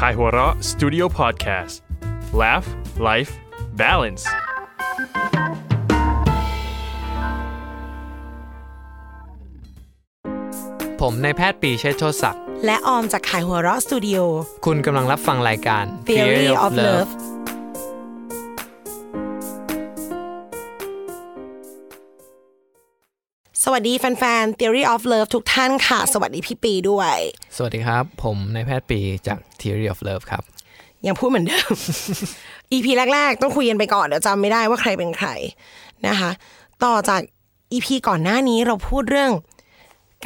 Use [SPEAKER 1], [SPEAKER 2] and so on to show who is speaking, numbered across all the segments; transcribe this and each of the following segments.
[SPEAKER 1] k a i h u r a Studio Podcast Laugh Life Balance
[SPEAKER 2] ผมนายแพทย์ปรีเชษฐ์โชติศักดิ์
[SPEAKER 3] และออมจากขายหัวเราะสตูดิโอ
[SPEAKER 2] คุณกำลังรับฟังรายการ
[SPEAKER 3] Theory of Love สวัสดีแฟนๆ Theory of Love ทุกท่านค่ะ สวัสดีพี่ปีด้วย
[SPEAKER 2] สวัสดีครับ ผมนายแพทย์ปรีจาก Theory of Love ครับ
[SPEAKER 3] ยังพูดเหมือนเดิม EP แรก ๆ ต้องคุยกันไปก่อนเดี๋ยวจำไม่ได้ว่าใครเป็นใครนะคะ ต่อจาก EP ก่อนหน้านี้เราพูดเรื่อง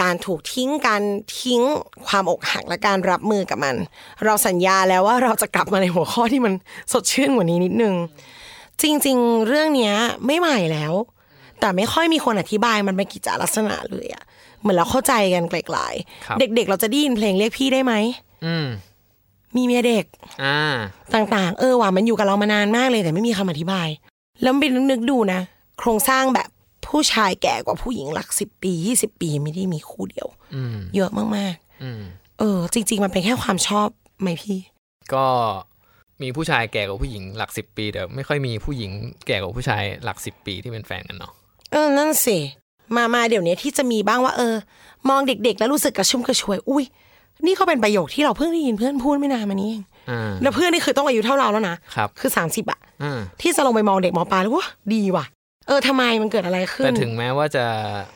[SPEAKER 3] การถูกทิ้งการทิ้งความอกหักและการรับมือกับมัน เราสัญญาแล้วว่าเราจะกลับมาในหัวข้อที่มันสดชื่นกว่านี้นิดนึง จริงๆ เรื่องเนี้ยไม่ใหม่แล้ว แต่ไม่ค่อยมีคนอธิบายมันเป็นกิจลักษณะเลยอะเหมือนเราเข้าใจกันไกล
[SPEAKER 2] ครับ
[SPEAKER 3] ๆเด็กๆ เราจะได้ยินเพลงเรียกพี่ได้ไหม
[SPEAKER 2] อืม
[SPEAKER 3] มีเมียเด็ก
[SPEAKER 2] อ่า
[SPEAKER 3] ต่างๆ เออว่ะมันอยู่กับเรามานานมากเลยแต่ไม่มีคำอธิบาย แล้วไปนึกๆดูนะ โครงสร้างแบบผู้ชายแก่กว่าผู้หญิงหลักสิบปียี่สิบปีไม่ได้มีคู่เดียว
[SPEAKER 2] อืม
[SPEAKER 3] เยอะมาก
[SPEAKER 2] อืม
[SPEAKER 3] ๆ เออ จริง ๆ มันเป็นแค่ความชอบไหมพี่
[SPEAKER 2] ก็มีผู้ชายแก่กว่าผู้หญิงหลักสิบปีแต่ไม่ค่อยมีผู้หญิงแก่กว่าผู้ชายหลักสิบปีที่เป็นแฟนกันเนาะ
[SPEAKER 3] เออ นั่นสิ มามาเดี๋ยวนี้ที่จะมีบ้างว่า เออ มองเด็กๆ แล้วรู้สึกกระชุ่มกระชวย อุ้ย นี่ก็เป็นประโยคที่เราเพิ่งได้ยินเพื่อนพูดไม่นานมานี้เอง
[SPEAKER 2] อ่า
[SPEAKER 3] แล้วเพื่อนนี่คือต้องอายุเท่าเราแล้วนะครับ คือสามสิบอะ
[SPEAKER 2] อ่า
[SPEAKER 3] ที่จะลงไปมองเด็กมอปลายแล้วว้าดีว่ะ เออทำไมมันเกิดอะไรขึ้น
[SPEAKER 2] แต่ถึงแม้ว่าจะ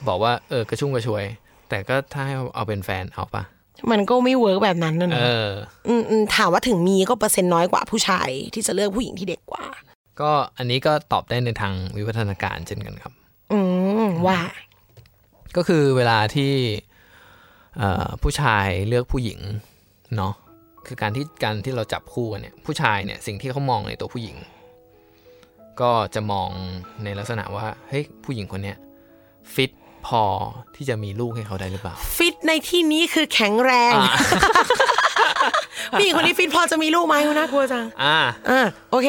[SPEAKER 2] บอกว่า เออ กระชุ่มกระชวย แต่ก็ถ้าให้เอาเป็นแฟนเอาปะ
[SPEAKER 3] มันก็ไม่เวิร์กแบบนั้นนะ
[SPEAKER 2] เอ
[SPEAKER 3] เนาะ
[SPEAKER 2] อ
[SPEAKER 3] มอืมถามว่าถึงมีก็เปอร์เซ็นต์น้อยกว่าผู้ชาย ที่จะเลือกผู้หญิงที่เด็กกว่า
[SPEAKER 2] ก็อันนี้ก็ตอบได้ในทางวิวัฒนาการเช่นกันครับ
[SPEAKER 3] อืมว่า
[SPEAKER 2] ก็คือเวลาที่เอ่อผู้ชายเลือกผู้หญิงเนาะคือการที่การที่เราจับคู่กันเนี่ยผู้ชายเนี่ยสิ่งที่เขามองในตัวผู้หญิง ก็จะมองในลักษณะว่าเฮ้ยผู้หญิงคนเนี้ยฟิตพอที่จะมีลูกให้เขาได้หรือเปล่า
[SPEAKER 3] ฟิตในที่นี้คือแข็งแรง
[SPEAKER 2] อ่า
[SPEAKER 3] ผู้หญิงคนนี้ฟิตพอจะมีลูกไหมน่ากลัวจัง
[SPEAKER 2] อ่า
[SPEAKER 3] อ่าโอเค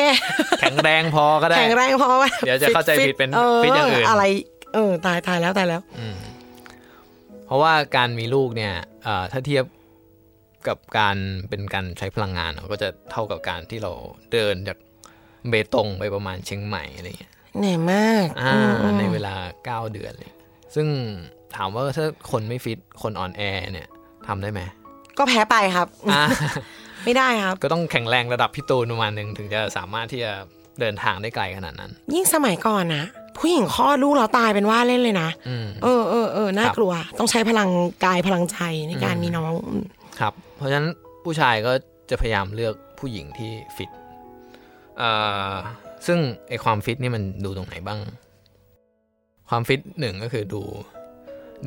[SPEAKER 2] แข็งแรงพอก็ได้
[SPEAKER 3] แข็งแรงพอว่า
[SPEAKER 2] เดี๋ยวจะเข้าใจผิดเป็นฟิตอย่างอื่น
[SPEAKER 3] อะไร เออ ตายตายแล้วตายแล้ว
[SPEAKER 2] เพราะว่าการมีลูกเนี่ยเอ่อถ้าเทียบกับการเป็นการใช้พลังงานเนอะก็จะเท่ากับการที่เราเดินจากเบตงไปประมาณเชียงใหม่อะไรอย่างเงี้ย
[SPEAKER 3] เหนื่อยมาก
[SPEAKER 2] อ่าในเวลา 9 เดือนเลย ซึ่งถามว่าถ้าคนไม่ฟิต คนอ่อนแอเนี่ยทำได้ไหม
[SPEAKER 3] ก็แพ้ไปครับ
[SPEAKER 2] อ่า
[SPEAKER 3] ไม่ได้ครับ
[SPEAKER 2] ก็ต้องแข็งแรงระดับพี่ตูนประมาณหนึ่งถึงจะสามารถที่จะเดินทางได้ไกลขนาดนั้น
[SPEAKER 3] ยิ่งสมัยก่อนนะผู้หญิงคลอดลูกแล้วตายเป็นว่าเล่นเลยนะ
[SPEAKER 2] อืม
[SPEAKER 3] เออเออเออน่ากลัว ต้องใช้พลังกายพลังใจในการมีน้องอืม
[SPEAKER 2] ครับ เพราะฉะนั้นผู้ชายก็จะพยายามเลือกผู้หญิงที่ฟิตเอ่อซึ่งไอความฟิตนี่มันดูตรงไหนบ้าง ความฟิตหนึ่งก็คือดู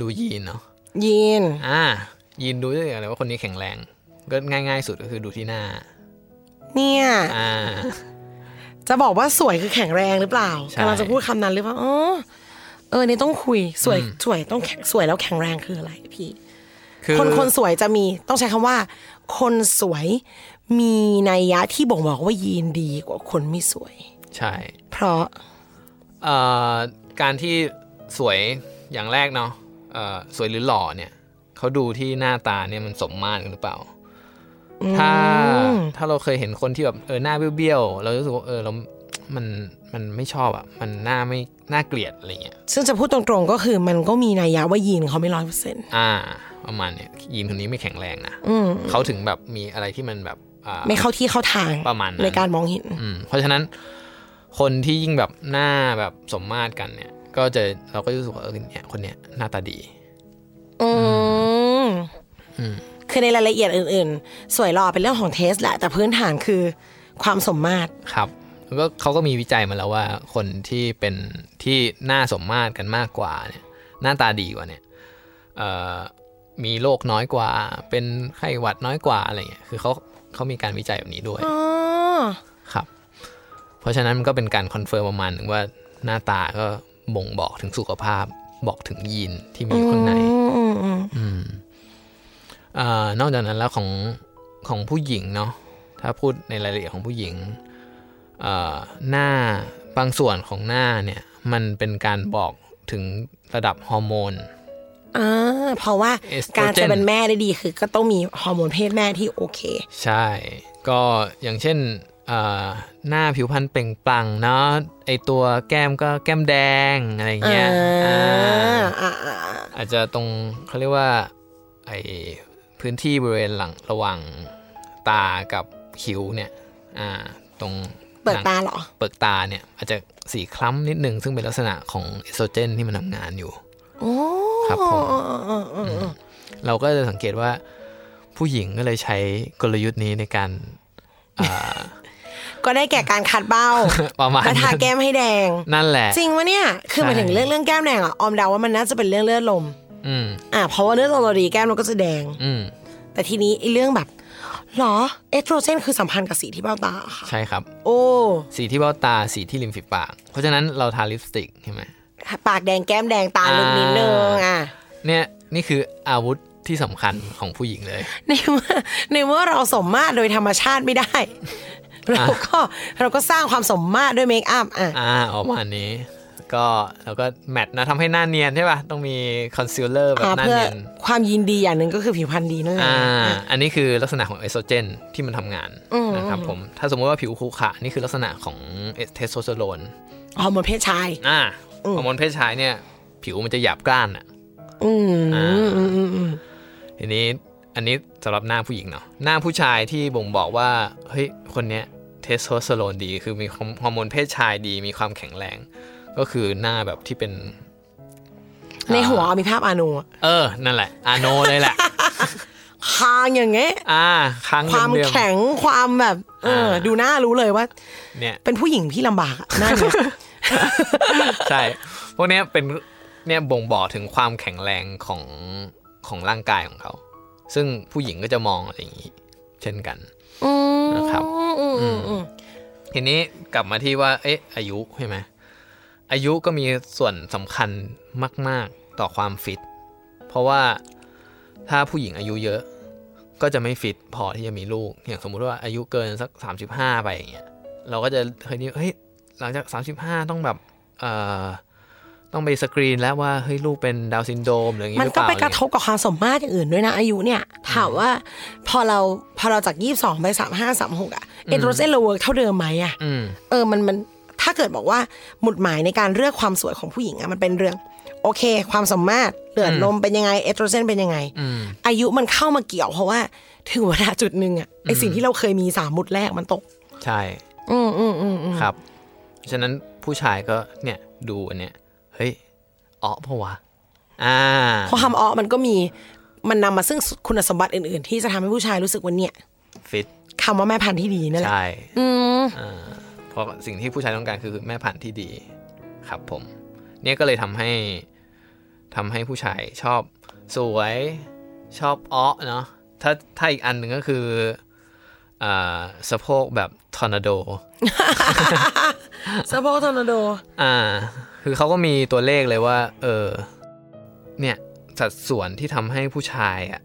[SPEAKER 2] ดูยีนเนาะ
[SPEAKER 3] ยีน
[SPEAKER 2] อ่า ยีนดูได้อย่างไรว่าคนนี้แข็งแรง ก็ง่ายๆ สุดก็คือดูที่หน้า
[SPEAKER 3] เนี่ย
[SPEAKER 2] อ่า
[SPEAKER 3] จะบอกว่าสวยคือแข็งแรงหรือเปล่า
[SPEAKER 2] ใช่
[SPEAKER 3] กำลังจะพูดคำนั้นหรือเปล่าอ๋อเออเนี่ยต้องคุยสวยสวยต้องแข็งสวยแล้วแข็งแรงคืออะไรพี่
[SPEAKER 2] อ
[SPEAKER 3] คนคนสวยจะมีต้องใช้คำว่า คนสวยมีนัยยะที่บ่งบอกว่ายีนดีกว่าคนไม่สวย
[SPEAKER 2] ใช่
[SPEAKER 3] เพราะ
[SPEAKER 2] เอ่อการที่สวยอย่างแรกเนาะเอ่อสวยหรือหล่อเนี่ยเขาดูที่หน้าตาเนี่ยมันสมมาตรกันหรือเปล่า ถ้าถ้าเราเคยเห็นคนที่แบบเออหน้าเบี้ยวๆเรารู้สึกว่าเออเรา มันมันไม่ชอบอ่ะ มันหน้าไม่น่าเกลียดอะไรเงี้ย
[SPEAKER 3] ซึ่งจะพูดตรงๆก็คือมันก็มีนัยยะว่ายีนเขาไม่ร้อยเปอร์เซ็นต์
[SPEAKER 2] อ่า ประมาณเนี่ยยีนคนนี้ไม่แข็งแรงนะ
[SPEAKER 3] อืม
[SPEAKER 2] เขาถึงแบบมีอะไรที่มันแบบอ่า
[SPEAKER 3] ไม่เข้าที่เข้าทาง
[SPEAKER 2] ประมาณนั้น
[SPEAKER 3] ในการมองเห็น
[SPEAKER 2] อืมเพราะฉะนั้นคนที่ยิ่งแบบหน้าแบบสมมาตรกันเนี่ย ก็จะเราก็รู้สึกว่าเออเนี่ยคนเนี้ยหน้าตาดี
[SPEAKER 3] อืมคือในรายละเอียดอื่นๆ สวยหล่อเป็นเรื่องของเทสแหละ แต่พื้นฐานคือความสมมาตร
[SPEAKER 2] ครับแล้วก็เขาก็มีวิจัยมาแล้วว่าคนที่เป็นที่หน้าสมมาตรกันมากกว่าเนี่ยหน้าตาดีกว่าเนี่ยเอ่อ มีโรคน้อยกว่า เป็นไข้หวัดน้อยกว่าอะไรเงี้ยคือเขาเขามีการวิจัยแบบนี้ด้วย
[SPEAKER 3] อ๋อ
[SPEAKER 2] ครับ เพราะฉะนั้นมันก็เป็นการคอนเฟิร์มประมาณหนึ่งว่าหน้าตาก็บ่งบอกถึงสุขภาพบอกถึงยีนที่มีอยู่ข้างใน
[SPEAKER 3] อืมอืมอืม
[SPEAKER 2] อานอกจากนั้นแล้วของของผู้หญิงเนาะถ้าพูดในรายละเอียดของผู้หญิงเอ่อหน้าบางส่วนของหน้าเนี่ยมันเป็นการบอกถึงระดับฮอร์โมน
[SPEAKER 3] อ่าเพราะว่า
[SPEAKER 2] เอสโตรเจน
[SPEAKER 3] การจะเป็นแม่ได้ดีคือ ก็ต้องมีฮอร์โมนเพศแม่ที่โอเค
[SPEAKER 2] ใช่ ก็อย่างเช่นเอ่อหน้าผิวพรรณเปล่งปลั่งเนาะไอตัวแก้มก็แก้มแดงอะไรอย่างเงี้ย
[SPEAKER 3] อ่า
[SPEAKER 2] า
[SPEAKER 3] อ่าอ่า
[SPEAKER 2] อาจจะตรงเขาเรียกว่าไอพื้นที่บริเวณหลังระหว่างตากับคิ้วเนี่ยอ่าตรง
[SPEAKER 3] เปิด
[SPEAKER 2] หนัง
[SPEAKER 3] ตาเหรอ
[SPEAKER 2] เปิกตาเนี่ยอาจจะสีคล้ำนิดนึง ซึ่งเป็นลักษณะของเอสโตรเจนที่มันทำงานอยู่
[SPEAKER 3] โอ้
[SPEAKER 2] ครับผม
[SPEAKER 3] อ๋ออ๋ออ๋ออ๋อ
[SPEAKER 2] เราก็จะสังเกตว่าผู้หญิงก็เลยใช้กลยุทธ์นี้ในการอ่า
[SPEAKER 3] ก็ได้แก่การคัดเบ้า
[SPEAKER 2] ประมาณ
[SPEAKER 3] และทา
[SPEAKER 2] นั้น
[SPEAKER 3] แก้มให้แดง
[SPEAKER 2] นั่นแหละ
[SPEAKER 3] จริงวะเนี่ย คือ
[SPEAKER 2] ใช่
[SPEAKER 3] หมายถึงเรื่องเรื่องแก้มแดงอ่ะ ออมเดาว่ามันน่าจะเป็นเรื่องเลือดลม
[SPEAKER 2] อืม
[SPEAKER 3] อ่ะ เพราะว่าเลือดลมเราดีแก้มเราก็จะแดง
[SPEAKER 2] อืม
[SPEAKER 3] แต่ทีนี้ไอ้เรื่องแบบหรอ เอสโตรเจนคือสัมพันธ์กับสีที่เบ้าตาค่ะ
[SPEAKER 2] ใช่ครับ
[SPEAKER 3] โอ้
[SPEAKER 2] สีที่เบ้าตาสีที่ริมฝีปาก เพราะฉะนั้นเราทาลิปสติกใช่ไหม
[SPEAKER 3] ปากแดงแก้มแดงตาลึกนิดนึงอ่ะ
[SPEAKER 2] เนี่ยนี่คืออาวุธที่สำคัญของผู้หญิงเลย
[SPEAKER 3] ในเมื่อในเมื่อเราสมมาตรโดยธรรมชาติไม่ได้ เราก็เราก็สร้างความสมมาตรด้วยเมคอัพอ่ะ
[SPEAKER 2] อ่าออกมาอันนี้ ก็แล้วก็แมทนะทำให้หน้าเนียนใช่ป่ะ ต้องมีคอนซีลเลอร์แบบ
[SPEAKER 3] อ่า
[SPEAKER 2] หน้า
[SPEAKER 3] เพื่อ
[SPEAKER 2] เนียน
[SPEAKER 3] ความยินดีอย่างหนึ่งก็คือผิวพรรณดีนั่นแหละ
[SPEAKER 2] อ่า อันนี้คือลักษณะของเอสโตรเจนที่มันทำงานนะครับผม ถ้าสมมติว่าผิวขรุขระนี่คือลักษณะของเทสโทสเตอโรน
[SPEAKER 3] ฮอร์โมนเพศชาย
[SPEAKER 2] อ่าฮอร์โมนเพศชายเนี่ย ผิวมันจะหยาบกร้านอ่ะ
[SPEAKER 3] อืม
[SPEAKER 2] อ่า
[SPEAKER 3] อืมอืมอืม
[SPEAKER 2] ทีนี้อันนี้สำหรับหน้าผู้หญิงเนาะหน้าผู้ชายที่บ่งบอกว่าเฮ้ยคนเนี้ยเทสโทสเตอโรนดี คือมีฮอร์โมนเพศชายดีมีความแข็งแรง ก็คือหน้าแบบที่เป็น
[SPEAKER 3] ในหัวมีภาพอาโนู
[SPEAKER 2] เออ นั่นแหละ อาโนเลยแหละ
[SPEAKER 3] คางอย่างเงี้ย
[SPEAKER 2] อ่าครั้ง
[SPEAKER 3] ความ
[SPEAKER 2] เดิม
[SPEAKER 3] แข็งความแบบ เออ
[SPEAKER 2] อ่า
[SPEAKER 3] ดูหน้ารู้เลยว่า
[SPEAKER 2] ๆเนี่ย
[SPEAKER 3] เป็นผู้หญิงที่ลำบากอะหน้าเนี่ย
[SPEAKER 2] ใช่ พวกเนี้ยเป็น เนี่ยบ่งบอกถึงความแข็งแรงของของร่างกายของเขา ซึ่งผู้หญิงก็จะมองอะไรอย่างนี้ เช่นกัน
[SPEAKER 3] อืม
[SPEAKER 2] นะครับ
[SPEAKER 3] อืมอืมอืม
[SPEAKER 2] ทีนี้กลับมาที่ว่า เอ๊ะ อายุใช่ไหม อายุก็มีส่วนสำคัญมาก ๆ ต่อความฟิต เพราะว่าถ้าผู้หญิงอายุเยอะ ก็จะไม่ฟิตพอที่จะมีลูก อย่างสมมุติว่าอายุเกินสัก 35 ไปอย่างเงี้ย เราก็จะเคยนี้เฮ้ย หลังจาก 35 ต้องแบบ เอ่อ ต้องไปสกรีนแล้วว่า เฮ้ย ลูกเป็นดาวน์ซินโดรมหรืออย่างงี้
[SPEAKER 3] มั
[SPEAKER 2] ห
[SPEAKER 3] น
[SPEAKER 2] รือเป
[SPEAKER 3] ก็
[SPEAKER 2] ล่า
[SPEAKER 3] ไปกระทบกับความสมมาตรอย่างอื่นด้วยนะ อายุเนี่ย ถามว่าพอเราพอเราจากยี่สิบสองไปสามห้าสามหกอะเอสโตรเจนเราเวิร์กเท่าเดิมไหมอะ
[SPEAKER 2] อืม
[SPEAKER 3] เออ มัน มัน ถ้าเกิดบอกว่าหมุดหมายในการเลือกความสวยของผู้หญิงอะมันเป็นเรื่อง โอเค ความสมมาตรเลือดลมเป็นยังไง เอสโตรเจนเป็นยังไง อายุมันเข้ามาเกี่ยวเพราะว่าถึงเวลาจุดหนึ่งอะไอสิ่งที่เราเคยมีสามหมุดแรกมันตก
[SPEAKER 2] ใช่
[SPEAKER 3] อืมอืมอืมอืม
[SPEAKER 2] ครับ ฉะนั้นผู้ชายก็เนี่ยดูอันเนี้ย เฮ้ยอ๋อเพราะวะ อ่า
[SPEAKER 3] ความออมันก็มี มันนำมาซึ่งคุณสมบัติอื่นๆ ที่จะทำให้ผู้ชายรู้สึกว่าเนี่ย
[SPEAKER 2] ฟิต
[SPEAKER 3] คำว่าแม่พันธุ์ที่ดีนั่นแหละ
[SPEAKER 2] ใช่
[SPEAKER 3] อืม
[SPEAKER 2] อ่าเพราะสิ่งที่ผู้ชายต้องการคือแม่พันธุ์ที่ดี ครับผม เนี่ยก็เลยทำให้ทำให้ผู้ชายชอบสวยชอบอ้อเนาะ ถ้าถ้าอีกอันหนึ่งก็คืออ่าสะโพกแบบทอร์นาโด
[SPEAKER 3] สะโพกทอร์นาโด
[SPEAKER 2] อ่า คือเขาก็มีตัวเลขเลยว่า เออ เนี่ย สัดส่วนที่ทำให้ผู้ชายอะ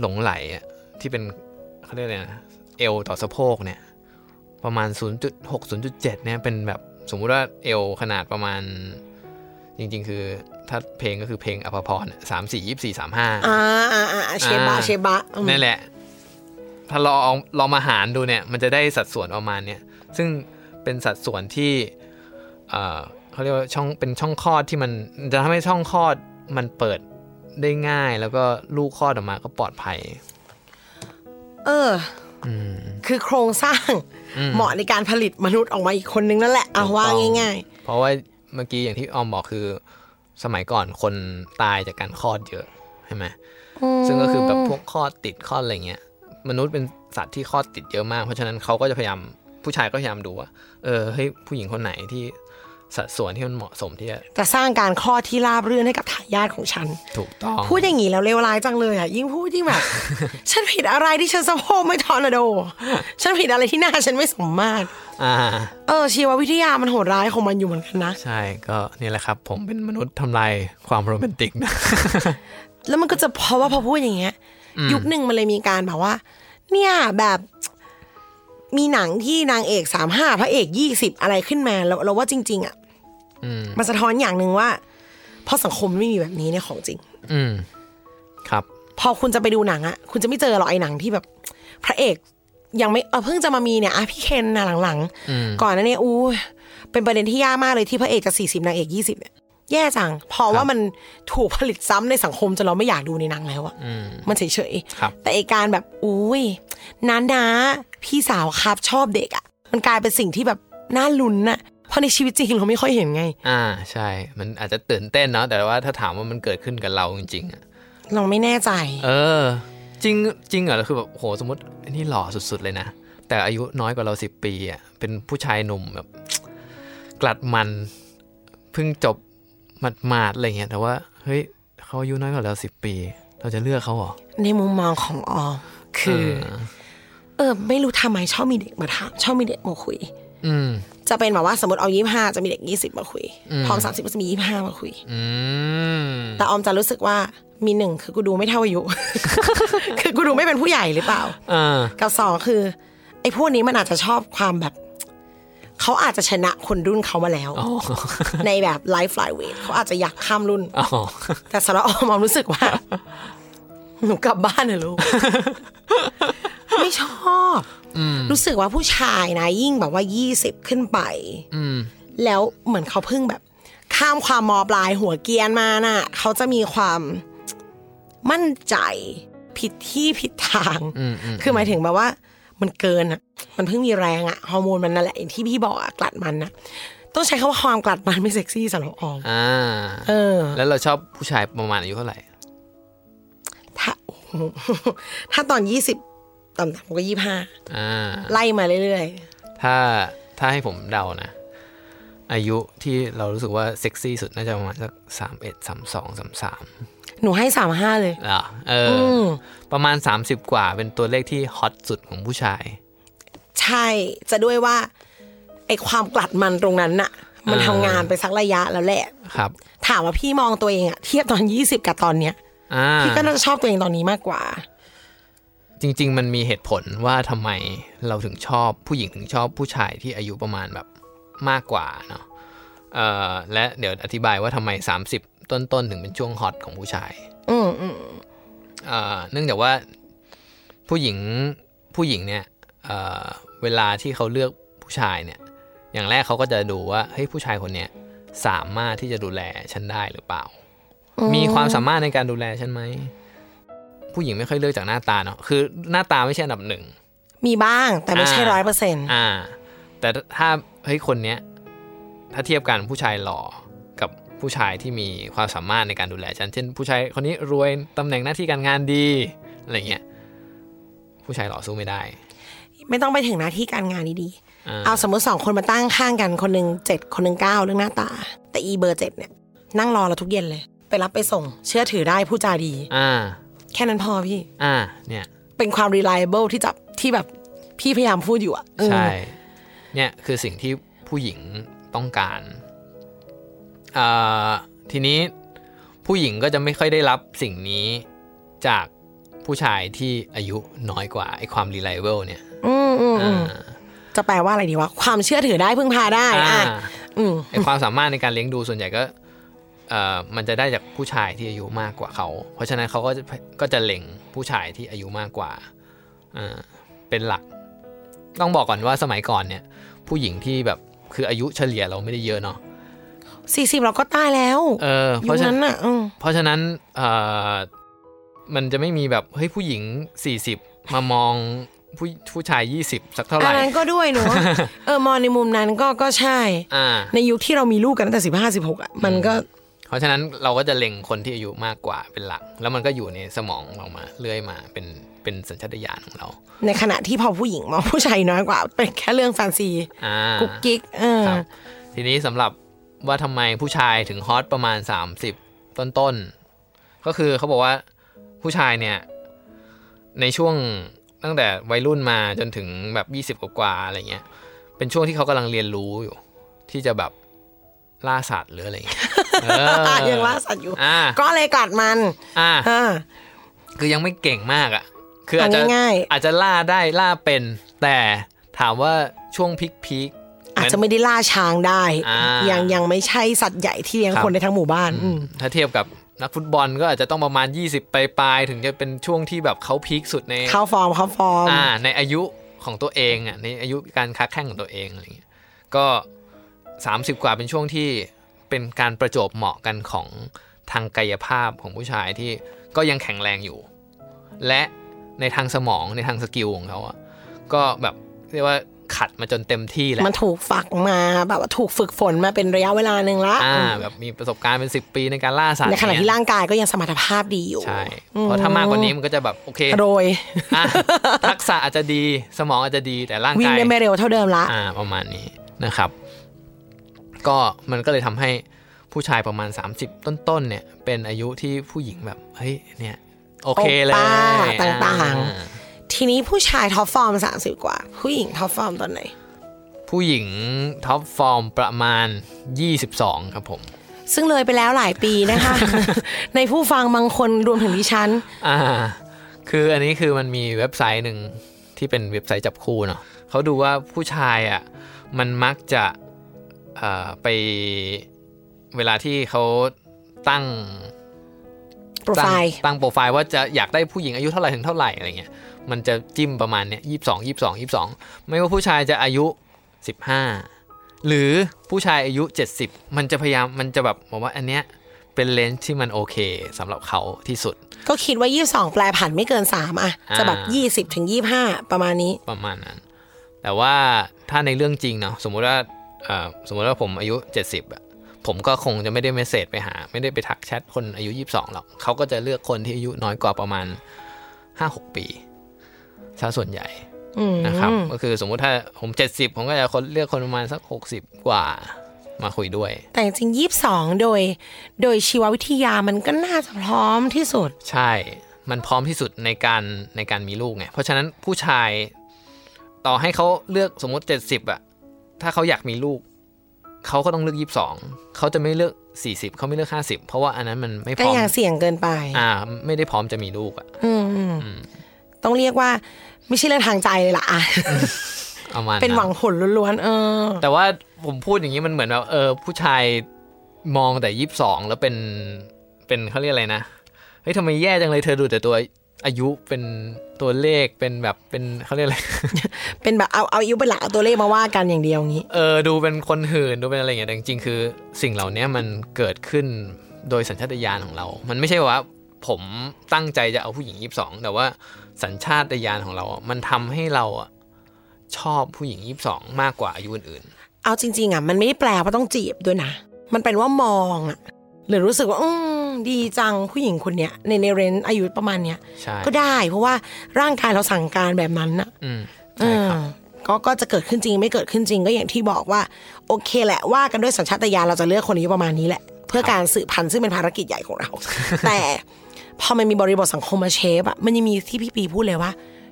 [SPEAKER 2] หลงไหลอะที่เป็นเขาเรียกอะไรนะเอวต่อสะโพกเนี่ย ประมาณ 0.6 0.7เนี่ยเป็นแบบสมมุติว่าเอวขนาดประมาณ จริง ๆ คือถ้าเพลงก็คือเพลงอภพรสามสี่ยี่สี่สามห้า
[SPEAKER 3] อ่าอ่าอ่าเชบะ
[SPEAKER 2] อ่า
[SPEAKER 3] เชบะอืม
[SPEAKER 2] นั่นแหละ ถ้าลองลองมาหารดูเนี่ย มันจะได้สัดส่วนประมาณเนี่ย ซึ่งเป็นสัดส่วนที่ เอ่อเขาเรียกว่าช่อง เป็นช่องคลอดที่มัน จะทำให้ช่องคลอดมันเปิดได้ง่าย แล้วก็ลูกคลอดออกมาก็ปลอดภัย
[SPEAKER 3] เออ
[SPEAKER 2] อืม
[SPEAKER 3] คือโครงสร้าง
[SPEAKER 2] อืม
[SPEAKER 3] เหมาะในการผลิตมนุษย์ออกมาอีกคนนึงนั่นแหละเอาว่าง่าย
[SPEAKER 2] เพราะว่าเมื่อกี้อย่างที่ออมบอกคือ สมัยก่อนคนตายจากการคลอดเยอะใช่ไหมซึ่งก็คือแบบพวกคลอดติดคลอดอะไรเงี้ยมนุษย์เป็นสัตว์ที่คลอดติดเยอะมาก เพราะฉะนั้นเขาก็จะพยายามผู้ชายก็พยายามดูว่าเออเฮ้ยผู้หญิงคนไหนที่ สัดส่วนที่มันเหมาะสมที่จะ
[SPEAKER 3] จะสร้างการข้อดที่ราบรื่นให้กับทายาทของฉัน
[SPEAKER 2] ถูกต้อง
[SPEAKER 3] พูดอย่างนี้แล้วเลวร้ายจังเลยอ่ะยิ่งพูดยิ่ง แบบ ฉันผิดอะไรที่ฉันสะโพกไม่ทอร์นาโด ฉันผิดอะไรที่หน้าฉันไม่สมมาตร
[SPEAKER 2] อ่า
[SPEAKER 3] เออชีววิทยามันโหดร้ายของมันอยู่เหมือนกันนะ
[SPEAKER 2] ใช่ก็นี่แหละครับ ผมเป็นมนุษย์ทำลายความโรแมนติกนะ
[SPEAKER 3] แล้วมันก็จะเพราะว่าพอพูดอย่างเงี้ย ยุคหนึ่งมันเลยมีการแบบว่า เนี่ยแบบมีหนังที่นางเอกสามห้าพระเอกยี่สิบอะไรขึ้นมาเราเราว่าจริง ๆ อ่ะมันสะท้อนอย่างหนึ่งว่าเพราะสังคมไม่มีแบบนี้เนี่ยของจริง
[SPEAKER 2] อืม ครับ
[SPEAKER 3] พอคุณจะไปดูหนังอะคุณจะไม่เจอหรอกไอ้หนังที่แบบ พระเอกยังไม่เออเพิ่งจะมามีเนี่ยอ่ะพี่เคนนะหลังๆ ก่อนหนั้านเนี่ยอู้ยเป็นประเด็นที่ยากมากเลยที่พระเอกจะสี่สิบนางเอกยี่สิบเนี่ยแย่จังเพอว่ามันถูกผลิตซ้ำในสังคมจนเราไม่อยากดูในหนังแล้วอะมันเฉย
[SPEAKER 2] ครับ
[SPEAKER 3] ๆแต่ไอการแบบอุ้ยน้านาพี่สาวครับชอบเด็กอะมันกลายเป็นสิ่งที่แบบน่าลุ้นน่ะเพราะในชีวิตจริงเราไม่ค่อยเห็นไง
[SPEAKER 2] อ่า ใช่ มันอาจจะตื่นเต้นเนาะแต่ว่าถ้าถามว่ามันเกิดขึ้นกับเราจริงๆอะ
[SPEAKER 3] เราไม่แน่ใจ
[SPEAKER 2] เออ จริงจริงเหรอแล้วคือแบบโหสมมติไอ้นี่หล่อสุดๆเลยนะ แต่อายุน้อยกว่าเราสิบปีอ่ะเป็นผู้ชายหนุ่มแบบ กลัดมันเพิ่งจบหมาดๆอะไรเงี้ยแต่ว่าเฮ้ยเขาอายุน้อยกว่าเราสิบปี เราจะเลือกเขาเหรอ
[SPEAKER 3] ในมุมมองของออมคือ เออ ไม่รู้ทำไมชอบมีเด็กมาถามชอบมีเด็กมาคุย
[SPEAKER 2] อืม
[SPEAKER 3] จะเป็นแบบว่าสมมติเอายี่ห้าจะมีเด็กยี่สิบมาคุย พร้อมสามสิบก็จะมียี่ห้ามาคุย
[SPEAKER 2] อืม
[SPEAKER 3] แต่ออมจะรู้สึกว่ามีหนึ่งคือกูดูไม่เท่าอายุ คือกูดูไม่เป็นผู้ใหญ่หรือเปล่า
[SPEAKER 2] อ่า
[SPEAKER 3] กับสองคือไอ้พวกนี้มันอาจจะชอบความแบบ เขาอาจจะชนะคนรุ่นเขามาแล้ว ในแบบไลฟ์ไฟเวทเขาอาจจะอยากข้ามรุ่น
[SPEAKER 2] อ๋อ
[SPEAKER 3] แต่สำหรับออมออมรู้สึกว่า หนูกลับบ้านเถอะลูก ไม่ชอบรู้สึกว่าผู้ชายนะ ยิ่งแบบว่ายี่สิบขึ้นไปแล้วเหมือนเขาเพิ่งแบบ ข้ามความมอปลายหัวเกรียนมาน่ะ เขาจะมีความมั่นใจ ผิดที่ผิดทาง คือหมายถึงแบบว่า มันเกินอ่ะ มันเพิ่งมีแรงอ่ะฮอร์โมนมันนั่นแหละอย่างที่พี่บอกอ่ะกลัดมันนะต้องใช้คำว่าความกลัดมันไม่เซ็กซี่สำหรับออม
[SPEAKER 2] อ่า
[SPEAKER 3] เออ
[SPEAKER 2] แล้วเราชอบผู้ชายประมาณอายุเท่าไหร่
[SPEAKER 3] ถ้า โอ้โห ถ้าตอนยี่สิบต่ำๆก็ยี่ห้า
[SPEAKER 2] อ่า
[SPEAKER 3] ไล่มาเรื่อย
[SPEAKER 2] ถ้า ถ้าให้ผมเดานะ อายุที่เรารู้สึกว่าเซ็กซี่สุดน่าจะประมาณสักสามเอ็ดสามสองสามสาม
[SPEAKER 3] ๆ หนูให้สามห้าเลย
[SPEAKER 2] อ่ะเอออ ประมาณ 30 กว่าเป็นตัวเลขที่ฮอตสุดของผู้ชาย
[SPEAKER 3] ใช่จะด้วยว่าไอความกลัดมันตรงนั้นน่ะ มันทำงานไปสักระยะแล้วแหละ
[SPEAKER 2] ครับ
[SPEAKER 3] ถามว่าพี่มองตัวเองอะเทียบตอนยี่สิบกับตอนเนี้ย
[SPEAKER 2] อ่า
[SPEAKER 3] พี่ก็น่าจะชอบตัวเองตอนนี้มากกว่า
[SPEAKER 2] จริง ๆ มันมีเหตุผลว่าทำไมเราถึงชอบผู้หญิงถึงชอบผู้ชายที่อายุประมาณแบบมากกว่าเนาะเอ่อและเดี๋ยวอธิบายว่าทำไม 30 ต้น ๆ ถึงเป็นช่วงฮอตของผู้ชาย
[SPEAKER 3] อืมอืม
[SPEAKER 2] เอ่อเนื่องจากว่าผู้หญิงผู้หญิงเนี่ยเอ่อเวลาที่เขาเลือกผู้ชายเนี่ย อย่างแรกเขาก็จะดูว่าเฮ้ยผู้ชายคนเนี้ยสามารถที่จะดูแลฉันได้หรือเปล่า มีความสามารถในการดูแลฉันไหมผู้หญิงไม่ค่อยเลือกจากหน้าตาเนาะคือหน้าตาไม่ใช่อันดับหนึ่ง
[SPEAKER 3] มีบ้างแต่ไม่ใช่
[SPEAKER 2] อ่า
[SPEAKER 3] ร้อยเปอร์เซ็นต์
[SPEAKER 2] อ่า แต่ถ้าเฮ้ยคนเนี้ยถ้าเทียบกันผู้ชายหล่อกับผู้ชายที่มีความสามารถในการดูแลฉันเช่น ผู้ชายคนนี้รวยตำแหน่งหน้าที่การงานดีอะไรเงี้ยผู้ชายหล่อสู้ไม่ได้
[SPEAKER 3] ไม่ต้องไปถึงหน้าที่การงานดี
[SPEAKER 2] อ่า
[SPEAKER 3] ๆเอาสมมติสองคนมาตั้งข้างกันคนหนึ่งเจ็ดคนหนึ่งเก้าเรื่องหน้าตา แต่อีเบอร์เจ็ดเนี่ยนั่งรอเราทุกเย็นเลย ไปรับไปส่ง เชื่อถือได้ผู้จาดี
[SPEAKER 2] อ่า
[SPEAKER 3] แค่นั้นพอพี่
[SPEAKER 2] อ่า เนี่ย
[SPEAKER 3] เป็นความ reliable ที่จับที่แบบพี่พยายามพูดอยู่อะ
[SPEAKER 2] ใช่
[SPEAKER 3] เออ
[SPEAKER 2] เนี่ยคือสิ่งที่ผู้หญิงต้องการอ่าทีนี้ผู้หญิงก็จะไม่ค่อยได้รับสิ่งนี้จากผู้ชายที่อายุน้อยกว่าไอ้ความ reliable เนี่ย
[SPEAKER 3] อืมอืมอืมจะแปลว่าอะไรดีวะ ความเชื่อถือได้พึ่งพาได้
[SPEAKER 2] อ่า
[SPEAKER 3] อ่ะอืม
[SPEAKER 2] ไอความสามารถในการเลี้ยงดูส่วนใหญ่ก็เอ่อมันจะได้จากผู้ชายที่อายุมากกว่าเขา เพราะฉะนั้นเขาก็จะก็จะเล็งผู้ชายที่อายุมากกว่าอ่าเป็นหลัก ต้องบอกก่อนว่าสมัยก่อนเนี่ย ผู้หญิงที่แบบคืออายุเฉลี่ยเราไม่ได้เยอะเนาะ
[SPEAKER 3] สี่สิบเราก็ตายแล้ว
[SPEAKER 2] เออเพ
[SPEAKER 3] ยุ
[SPEAKER 2] ราะ
[SPEAKER 3] ค
[SPEAKER 2] ฉะนั้
[SPEAKER 3] นั้น นอ่ะอืม
[SPEAKER 2] เพราะฉะนั้นเอ่อมันจะไม่มีแบบเฮ้ยผู้หญิง 40 มามองผู้ผู้ชาย 20 สักเท่าไห
[SPEAKER 3] อั
[SPEAKER 2] ร่
[SPEAKER 3] นนั้นก็ด้วยเนอะ เออมองในมุมนั้นก็ก็ใช่
[SPEAKER 2] อ่า
[SPEAKER 3] ในยุคที่เรามีลูกกันตั้งแต่สิบห้าสิบหกอ่ะมันก็
[SPEAKER 2] เพราะฉะนั้นเราก็จะเล็งคนที่อายุมากกว่าเป็นหลัก แล้วมันก็อยู่ในสมองเรามาเรื่อยมาเป็นเป็นสัญชาตญาณของเรา
[SPEAKER 3] ในขณะที่พอผู้หญิงมองผู้ชายน้อยกว่า เป็นแค่เรื่องแฟนซี
[SPEAKER 2] อ่า
[SPEAKER 3] กุ๊กกิ๊กเออ
[SPEAKER 2] ครับ ทีนี้สำหรับ ว่าทำไมผู้ชายถึงฮอตประมาณ 30 ต้นต้นๆก็คือเขาบอกว่าผู้ชายเนี่ย ในช่วงตั้งแต่วัยรุ่นมาจนถึงแบบ 20 กว่าๆอะไรเงี้ย เป็นช่วงที่เขากำลังเรียนรู้อยู่ ที่จะแบบล่าสัตว์หรืออะไรเงี้ยเออ
[SPEAKER 3] ยังล่าสัตว์อยู่
[SPEAKER 2] อ่า
[SPEAKER 3] ก็เลยกัดมัน
[SPEAKER 2] อ่า
[SPEAKER 3] อ่า
[SPEAKER 2] คือยังไม่เก่งมากอะ่ะ คืออาจจะ
[SPEAKER 3] เอาง่ายๆ
[SPEAKER 2] อาจจะล่าได้ล่าเป็น แต่ถามว่าช่วงพีคพีค
[SPEAKER 3] อาจจะไม่ได้ล่าช้างได้
[SPEAKER 2] อ่ายั
[SPEAKER 3] ยังยังไม่ใช่สัตว์ใหญ่ที่เลี้ยง
[SPEAKER 2] ครับ
[SPEAKER 3] คนในทั้งหมู่บ้านอืม
[SPEAKER 2] ถ้าเทียบกับนักฟุตบอลก็อาจจะต้องประมาณ 20 ปลายๆถึงจะเป็นช่วงที่แบบเขาพีคสุดใน
[SPEAKER 3] เข้าฟอร์มเข้าฟอร์ม
[SPEAKER 2] อ่าในอายุของตัวเองอ่ะในอายุการค้าแข่งของตัวเองอะไรเงี้ยก็ 30 กว่าเป็นช่วงที่เป็นการประจวบเหมาะกันของทางกายภาพของผู้ชายที่ก็ยังแข็งแรงอยู่ และในทางสมองในทางสกิลของเขาอ่ะก็แบบเรียกว่าขัดมาจนเต็มที่แล้ว
[SPEAKER 3] มันถูกฝักมาแบบว่าถูกฝึกฝนมาเป็นระยะเวลาหนึ่งละ
[SPEAKER 2] อ่าแบบมีประสบการณ์เป็น 10 ปีในการล่าสัตว์
[SPEAKER 3] ในขณะที่
[SPEAKER 2] เนี่ย
[SPEAKER 3] ร่างกายก็ยังสมรรถภาพดีอยู่
[SPEAKER 2] ใช่ เพราะถ้ามากกว่านี้มันก็จะแบบโอเค
[SPEAKER 3] โดย
[SPEAKER 2] อ่ะทักษะอาจจะดีสมองอาจจะดีแต่ร่าง
[SPEAKER 3] วิ่ง
[SPEAKER 2] กาย
[SPEAKER 3] ได้ไม่เร็วเท่าเดิมละ
[SPEAKER 2] อ่าประมาณนี้นะครับ ก็มันก็เลยทำให้ผู้ชายประมาณ 30 ต้นๆเนี่ย เป็นอายุที่ผู้หญิงแบบ เฮ้ยเนี่ย โอเคเลย
[SPEAKER 3] โอป้าต่าง
[SPEAKER 2] อ่
[SPEAKER 3] ทีนี้ผู้ชายท็อปฟอร์มสามสิบกว่า ผู้หญิงท็อปฟอร์มตอนไหน
[SPEAKER 2] ผู้หญิงท็อปฟอร์มประมาณ 22 ครับผม
[SPEAKER 3] ซึ่งเลยไปแล้วหลายปีนะคะ ในผู้ฟังบางคนรวมถึงดิฉัน
[SPEAKER 2] อ่า คืออันนี้คือมันมีเว็บไซต์หนึ่งที่เป็นเว็บไซต์จับคู่เนาะเขาดูว่าผู้ชายอ่ะมันมักจะเอ่อไปเวลาที่เขาตั้ง
[SPEAKER 3] โปรไฟล์
[SPEAKER 2] ตั้งตั้งโปรไฟล์ว่าจะอยากได้ผู้หญิงอายุเท่าไหร่ถึงเท่าไหร่อะไรเงี้ยมันจะจิ้มประมาณเนี้ยยี่สิบสองยี่สิบสองยี่สิบสองไม่ว่าผู้ชายจะอายุสิบห้าหรือผู้ชายอายุเจ็ดสิบมันจะพยายามมันจะแบบบอกว่าอันเนี้ยเป็นเลนส์ที่มันโอเคสำหรับเขาที่สุด
[SPEAKER 3] ก็คิดว่า 22 แปลผันไม่เกิน 3 อ่ะ จะแบบ 20ถึง25 ประมาณนี้
[SPEAKER 2] ประมาณนั้น แต่ว่าถ้าในเรื่องจริงเนาะสมมุติว่าเอ่อสมมุติว่าผมอายุ 70อะผมก็คงจะไม่ได้เมสเซจไปหา ไม่ได้ไปทักแชทคนอายุ 22 หรอกเขาก็จะเลือกคนที่อายุน้อยกว่าประมาณ 5-6 ปีซะส่วนใหญ่
[SPEAKER 3] อืม
[SPEAKER 2] นะครับก็คือสมมุติถ้าผม 70 ผมก็จะคนเลือกคนประมาณสัก 60 กว่ามาคุยด้วย
[SPEAKER 3] แต่จริงๆ22 โดย โดยชีววิทยามันก็น่าจะพร้อมที่สุด
[SPEAKER 2] ใช่ มันพร้อมที่สุดในการในการมีลูกไง เพราะฉะนั้นผู้ชายต่อให้เขาเลือกสมมติ 70อะถ้าเขาอยากมีลูก เขาก็ต้องเลือก 22 เขาจะไม่เลือก 40 เขาไม่เลือก 50 เพราะว่าอันนั้นมันไม่พ
[SPEAKER 3] ก็
[SPEAKER 2] ร้อม
[SPEAKER 3] ยังเสี่ยงเกินไป
[SPEAKER 2] อ่า ไม่ได้พร้อมจะมีลูกอะ
[SPEAKER 3] อืมอืมต้องเรียกว่าไม่ใช่เรื่องทางใจเลยล่ะ อ่ะ
[SPEAKER 2] ประมาณ
[SPEAKER 3] เป็นหวัง
[SPEAKER 2] น
[SPEAKER 3] ผลล้วนๆเออ
[SPEAKER 2] แต่ว่าผมพูดอย่างนี้มันเหมือนแบบเออผู้ชายมองแต่ 22 แล้วเป็นเป็นเขาเรียกอะไรนะเฮ้ยทำไมแย่จังเลยเธอดูแต่ตัวอายุเป็นตัวเลขเป็นแบบเป็นเขาเรียกอะไร
[SPEAKER 3] เป็นแบบเอาเอาอายุเป็นหลักเอาตัวเลขมาว่ากันอย่างเดียวอย่างงี้
[SPEAKER 2] เออดูเป็นคนหื่นดูเป็นอะไรอย่างเงี้ยแต่จริงๆคือสิ่งเหล่าเนี้ยมันเกิดขึ้นโดยสัญชาตญาณของเรา มันไม่ใช่ว่าผมตั้งใจจะเอาผู้หญิง 22 แต่ว่าสัญชาตญาณของเราอ่ะมันทำให้เราอ่ะชอบผู้หญิง 22 มากกว่าอายุอื่น
[SPEAKER 3] เอาจริง ๆอ่ะมันไม่ได้แปลว่าต้องจีบด้วยนะ มันเป็นว่ามองอ่ะหรือรู้สึกว่าอืมดีจังผู้หญิงคนเนี้ยในในเรนจ์อายุประมาณเนี้ย
[SPEAKER 2] ๆ ใช่
[SPEAKER 3] ก็ได้เพราะว่าร่างกายเราสั่งการแบบนั้นน่ะ
[SPEAKER 2] อืม
[SPEAKER 3] เอ
[SPEAKER 2] ใช่ครับ
[SPEAKER 3] อก็ก็จะเกิดขึ้นจริงไม่เกิดขึ้นจริงก็อย่างที่บอกว่า โอเคแหละว่ากันด้วยสัญชาตญาณเราจะเลือกคนอายุประมาณนี้แหละ เพื่อการสืบพันธุ์ซึ่งเป็นภารกิจใหญ่ของเรา แต่พอมันมีบริบทสังคมมาเชฟอะมันยังมีที่พี่ปีพูดเลยว่า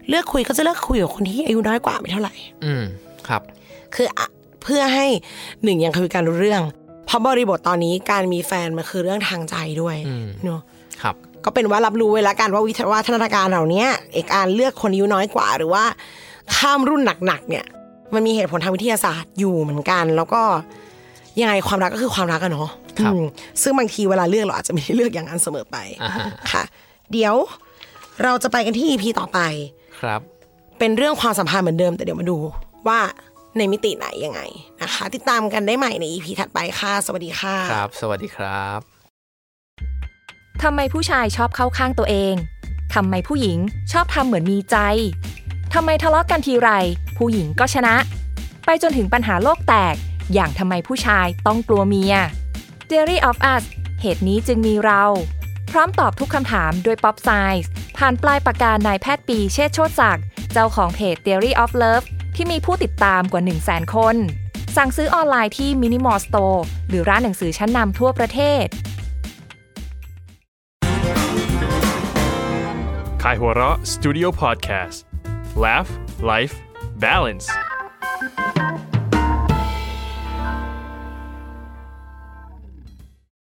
[SPEAKER 3] เลือกคุยก็จะเลือกคุยกับคนที่อายุน้อยกว่าไม่เท่าไหร่
[SPEAKER 2] อืมครับ
[SPEAKER 3] คืออะเพื่อให้หนึ่งยังคุยกันรู้เรื่อง เพราะบริบทตอนนี้การมีแฟนมันคือเรื่องทางใจด้วย
[SPEAKER 2] อืม
[SPEAKER 3] เนอะ
[SPEAKER 2] ครับ
[SPEAKER 3] ก็เป็นว่ารับรู้ไว้ละกันว่าวิทยาวัฒนาการเหล่าเนี้ยเอกการเลือกคนอายุน้อยกว่า หรือว่าข้ามรุ่นหนักๆเนี่ย มันมีเหตุผลทางวิทยาศาสตร์อยู่เหมือนกัน แล้วก็ยังไงความรักก็คือความรักอะเนาะ
[SPEAKER 2] ครับ
[SPEAKER 3] อืมซึ่งบางทีเวลาเลือกเราอาจจะไม่ได้เลือกอย่างนั้นเสมอไป
[SPEAKER 2] อ่าฮะ
[SPEAKER 3] ค่ะ เดี๋ยวเราจะไปกันที่ EP ต่อไป
[SPEAKER 2] ครับ
[SPEAKER 3] เป็นเรื่องความสัมพันธ์เหมือนเดิมแต่เดี๋ยวมาดูว่าในมิติไหนยังไงนะคะ ติดตามกันได้ใหม่ใน EP ถัดไปค่ะสวัสดีค่ะ
[SPEAKER 2] ครับ สวัสดีครับ
[SPEAKER 4] ทำไมผู้ชายชอบเข้าข้างตัวเอง ทำไมผู้หญิงชอบทำเหมือนมีใจ ทำไมทะเลาะกันทีไร ผู้หญิงก็ชนะ ไปจนถึงปัญหาโลกแตก อย่างทำไมผู้ชายต้องกลัวเมีย Theory of Us เหตุนี้จึงมีเรา พร้อมตอบทุกคำถามด้วย Pop Science ผ่านปลายปากกานายแพทย์ปีเชษฐ์โชติศักดิ์เจ้าของเพจ Theory of Love ที่มีผู้ติดตามกว่า 1 0 0 0 0แคน ส สั่งซื้อออนไลน์ที่ Minimal Store หรือร้านหนังสือชั้นนำทั่วประเทศ
[SPEAKER 1] Kaihura Studio Podcast Laugh Life Balance